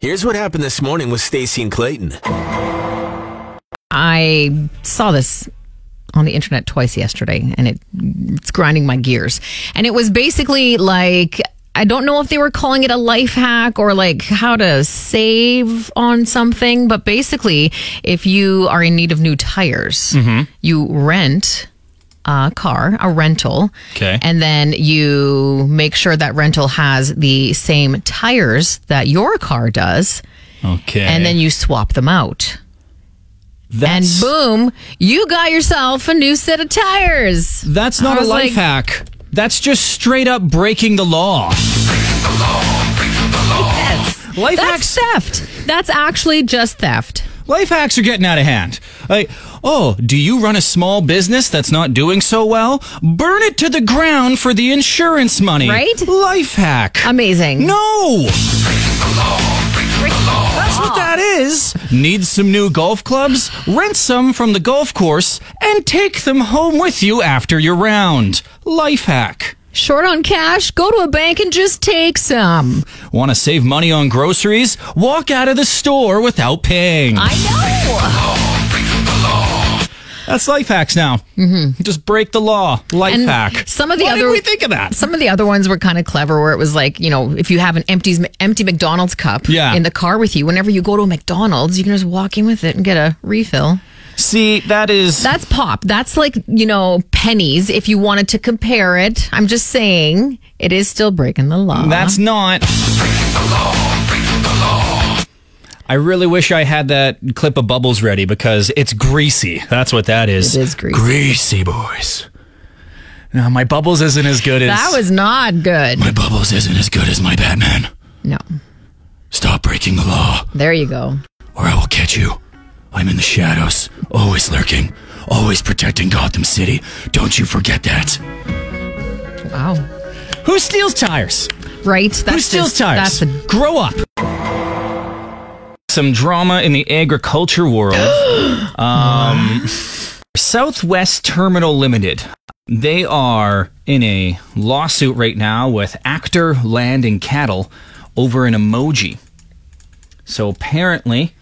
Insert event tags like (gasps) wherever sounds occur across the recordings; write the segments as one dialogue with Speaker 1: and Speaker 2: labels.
Speaker 1: Here's what happened this morning with Stacey and Clayton.
Speaker 2: I saw this on the internet twice yesterday and it it's grinding my gears. And it was basically like I don't know if they were calling it a life hack or like how to save on something, but basically if you are in need of new tires, you rent a car, a rental,
Speaker 3: Okay.
Speaker 2: and then you make sure that rental has the same tires that your car does,
Speaker 3: Okay.
Speaker 2: and then you swap them out and
Speaker 3: that's,
Speaker 2: boom, you got yourself a new set of tires.
Speaker 3: that's
Speaker 2: I
Speaker 3: not a
Speaker 2: was
Speaker 3: life
Speaker 2: like-
Speaker 3: hack. That's just straight up breaking the law. Life
Speaker 2: That's
Speaker 3: hacks
Speaker 2: theft. That's actually just theft.
Speaker 3: life hacks are getting out of hand. Like, oh, do you run a small business that's not doing so well? Burn it to the ground for the insurance money.
Speaker 2: Right? Um,
Speaker 3: Life hack.
Speaker 2: Amazing.
Speaker 3: No. That's what that is. Need some new golf clubs? Rent some from the golf course and take them home with you after your round. Life hack.
Speaker 2: Short on cash, go to a bank and just take some.
Speaker 3: Want to save money on groceries? Walk out of the store without paying.
Speaker 2: I know.
Speaker 3: That's life hacks now. Mm-hmm. Just break the law. Life
Speaker 2: And
Speaker 3: hack.
Speaker 2: some of the
Speaker 3: Why
Speaker 2: other-
Speaker 3: did we think of that?
Speaker 2: Some of the other ones were kind of clever where it was like, you know, if you have an empty empty McDonald's cup
Speaker 3: Yeah.
Speaker 2: in the car with you, whenever you go to a McDonald's, you can just walk in with it and get a refill.
Speaker 3: See, that is
Speaker 2: That's pop. That's like, you know, pennies if you wanted to compare it. I'm just saying it is still breaking the law.
Speaker 3: That's not. I really wish I had that clip of bubbles ready because it's greasy. That's what that is.
Speaker 2: It is greasy.
Speaker 3: Greasy boys. No, my bubbles isn't as good as
Speaker 2: That was not good.
Speaker 3: my bubbles isn't as good as my Batman.
Speaker 2: No.
Speaker 3: Stop breaking the law,
Speaker 2: There you go.
Speaker 3: or I will catch you. I'm in the shadows, always lurking, always protecting Gotham City. Don't you forget that.
Speaker 2: Wow.
Speaker 3: Who steals tires?
Speaker 2: Right? That's
Speaker 3: Who steals
Speaker 2: just-
Speaker 3: tires?
Speaker 2: That's a,
Speaker 3: Grow up. Some drama in the agriculture world. (gasps) um, Southwest Terminal Limited. They are in a lawsuit right now with Actor Land and Cattle over an emoji. So apparently,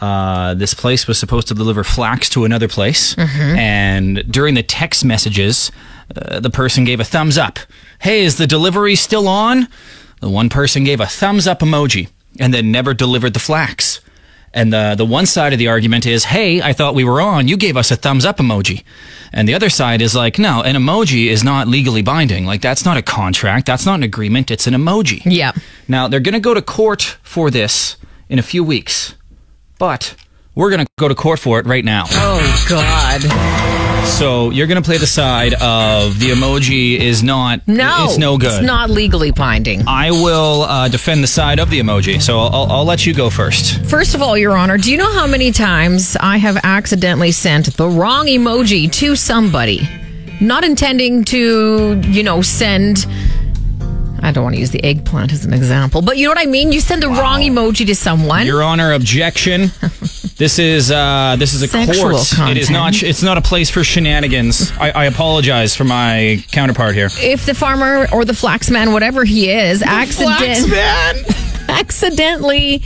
Speaker 3: uh, this place was supposed to deliver flax to another place, and during the text messages, uh, the person gave a thumbs up. Hey, is the delivery still on? The one person gave a thumbs up emoji and then never delivered the flax. And the the one side of the argument is, "Hey, I thought we were on. You gave us a thumbs up emoji." And the other side is like, "No, an emoji is not legally binding. Like that's not a contract. That's not an agreement. It's an emoji."
Speaker 2: yeah.
Speaker 3: Now, they're going to go to court for this in a few weeks, but we're going to go to court for it right now.
Speaker 2: Oh, God.
Speaker 3: So you're going to play the side of the emoji is not,
Speaker 2: No.
Speaker 3: it's no good.
Speaker 2: It's not legally binding.
Speaker 3: I will uh, defend the side of the emoji, so I'll, I'll, I'll let you go first.
Speaker 2: First of all, Your Honor, do you know how many times I have accidentally sent the wrong emoji to somebody? Not intending to, you know, send. I don't want to use the eggplant as an example, but you know what I mean? You send the wrong emoji to someone.
Speaker 3: Your
Speaker 2: (laughs)
Speaker 3: Honor, objection. This is uh, this is a
Speaker 2: Sexual
Speaker 3: court. It is not.
Speaker 2: content.
Speaker 3: It's not a place for shenanigans. I, I apologize for my counterpart here.
Speaker 2: if the farmer or the flaxman, whatever he is, accident.
Speaker 3: man.
Speaker 2: accidentally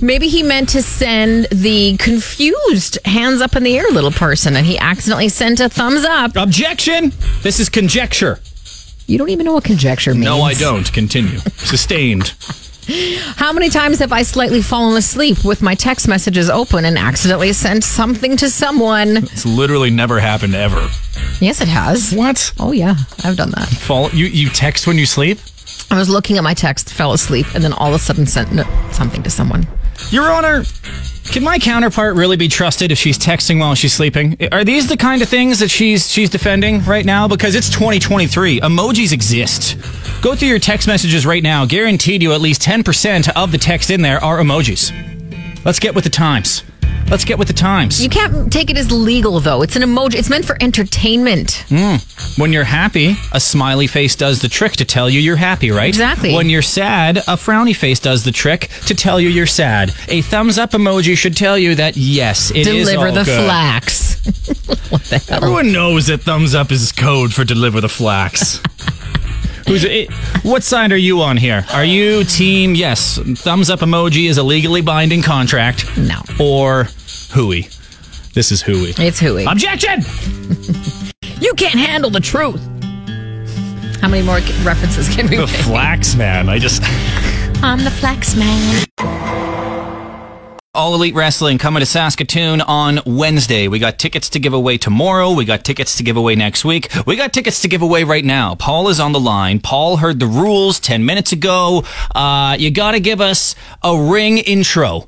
Speaker 2: maybe he meant to send the confused hands up in the air little person and he accidentally sent a thumbs up
Speaker 3: Objection. This is conjecture.
Speaker 2: you don't even know what conjecture means
Speaker 3: No, I don't. Continue. Sustained.
Speaker 2: how many times have i slightly fallen asleep with my text messages open and accidentally sent something to someone
Speaker 3: It's literally never happened ever.
Speaker 2: yes it has
Speaker 3: What?
Speaker 2: oh yeah i've done that
Speaker 3: Fall? You you text when you sleep?
Speaker 2: i was looking at my text fell asleep and then all of a sudden sent no, something to someone
Speaker 3: Your Honor, can my counterpart really be trusted if she's texting while she's sleeping? Are these the kind of things that she's she's defending right now? Because it's 2023. Emojis exist. Go through your text messages right now. Guaranteed, you at least 10% of the text in there are emojis. Let's get with the times. Let's get with the times.
Speaker 2: you can't take it as legal though it's an emoji it's meant for entertainment
Speaker 3: When you're happy, a smiley face does the trick to tell you you're happy, right?
Speaker 2: Exactly.
Speaker 3: When you're sad, a frowny face does the trick to tell you you're sad. A thumbs up emoji should tell you that yes, it is
Speaker 2: deliver
Speaker 3: all
Speaker 2: the
Speaker 3: good.
Speaker 2: flax what the hell (laughs)
Speaker 3: Everyone knows that thumbs up is code for deliver the flax. Who's it, what side are you on here? Are you team yes, thumbs up emoji is a legally binding contract?
Speaker 2: No.
Speaker 3: Or hooey. This is hooey.
Speaker 2: It's hooey. (laughs)
Speaker 3: Objection!
Speaker 2: you can't handle the truth. How many more ca- references can we
Speaker 3: The
Speaker 2: make?
Speaker 3: flax man. I just
Speaker 2: I'm the flax man.
Speaker 3: All Elite Wrestling coming to Saskatoon on Wednesday. We got tickets to give away tomorrow. We got tickets to give away next week. We got tickets to give away right now. Paul is on the line. Paul heard the rules 10 minutes ago. Uh, you got to give us a ring intro.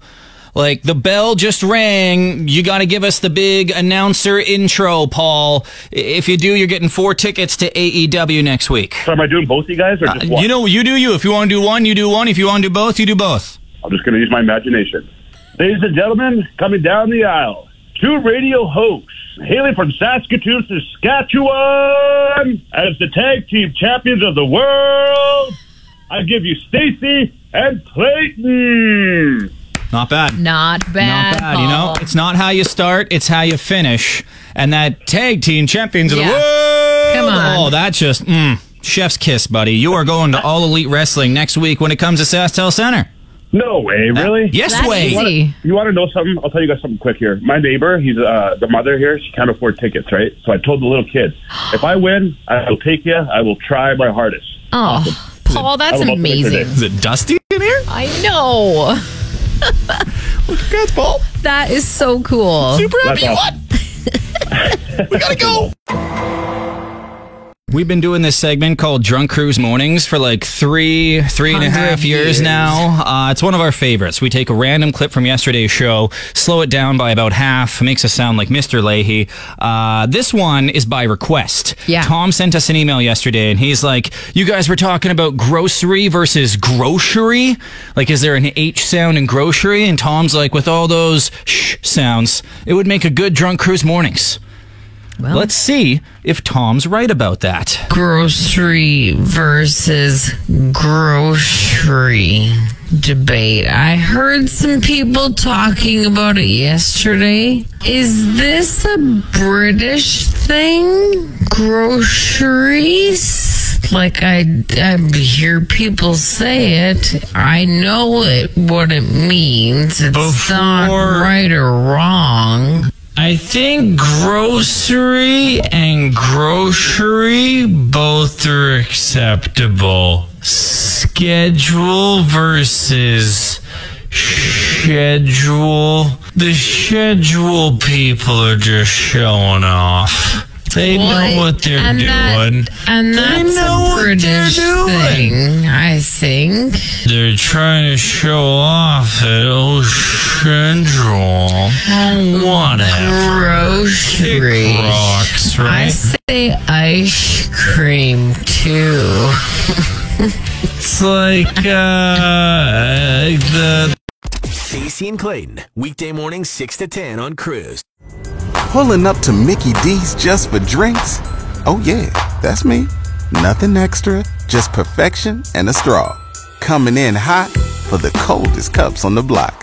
Speaker 3: Like the bell just rang. You got to give us the big announcer intro, Paul. I- If you do, you're getting four tickets to AEW next week.
Speaker 4: So am I doing both you guys or just one?
Speaker 3: You know, you do you. If you want to do one, you do one. If you want to do both, you do both.
Speaker 4: I'm just going to use my imagination. Ladies and gentlemen, coming down the aisle, two radio hosts, hailing from Saskatoon, Saskatchewan, as the tag team champions of the world. I give you Stacy and Clayton.
Speaker 3: Not bad.
Speaker 2: Not bad.
Speaker 3: Not bad, you know.
Speaker 2: Paul.
Speaker 3: It's not how you start; it's how you finish. And that tag team champions of the
Speaker 2: Yeah.
Speaker 3: world.
Speaker 2: Come on.
Speaker 3: Oh, that's just mm, chef's kiss, buddy. You are going to All Elite Wrestling next week when it comes to Sastel Center.
Speaker 4: No way, really?
Speaker 3: Yes,
Speaker 2: That's
Speaker 3: way.
Speaker 2: easy.
Speaker 4: You want to know something? I'll tell you guys something quick here. My neighbor, he's uh, the mother here. She can't afford tickets, right? So I told the little kids, if I win, I will take you. I will try my hardest.
Speaker 2: Oh, Paul, that's
Speaker 4: I'm about to make her
Speaker 2: amazing.
Speaker 4: day.
Speaker 3: Is it dusty in here?
Speaker 2: I
Speaker 3: (laughs)
Speaker 2: know.
Speaker 3: Good ball.
Speaker 2: That is so cool.
Speaker 3: Super
Speaker 4: That's
Speaker 3: happy.
Speaker 4: awesome.
Speaker 3: What? we gotta go. We've been doing this segment called Drunk Cruise Mornings for like three, three and a
Speaker 2: Hundred
Speaker 3: half years,
Speaker 2: years.
Speaker 3: now. Uh, it's one of our favorites. We take a random clip from yesterday's show, slow it down by about half, makes us sound like Mr. Leahy. Uh, this one is by request.
Speaker 2: Yeah.
Speaker 3: Tom sent us an email yesterday and he's like, You guys were talking about grocery versus grocery. Like, is there an H sound in grocery? And Tom's like, With all those sh sounds, it would make a good Drunk Cruise Mornings.
Speaker 2: Well,
Speaker 3: Let's see if Tom's right about that.
Speaker 5: grocery versus grocery debate. I heard some people talking about it yesterday. Is this a British thing? Groceries? Like I, I hear people say it. I know it, what it means. It's not
Speaker 3: Before-
Speaker 5: right or wrong. I think grocery and grocery both are acceptable. Schedule versus schedule. The schedule people are just showing off. They know what they're
Speaker 6: and that-
Speaker 5: doing.
Speaker 6: and that's
Speaker 5: they know
Speaker 6: a
Speaker 5: what they're
Speaker 6: British
Speaker 5: doing.
Speaker 6: thing, I think.
Speaker 5: They're trying to show off oh, at Oceandraw. Whatever.
Speaker 6: Groceries.
Speaker 5: It rocks,
Speaker 6: I
Speaker 5: right?
Speaker 6: say ice cream too.
Speaker 5: It's like, uh, (laughs) the
Speaker 1: Stacey and Clayton, weekday mornings 6 to 10 on Cruise.
Speaker 7: Pulling up to Mickey D's just for drinks? Oh, yeah, that's me. Nothing extra, just perfection and a straw. Coming in hot for the coldest cups on the block.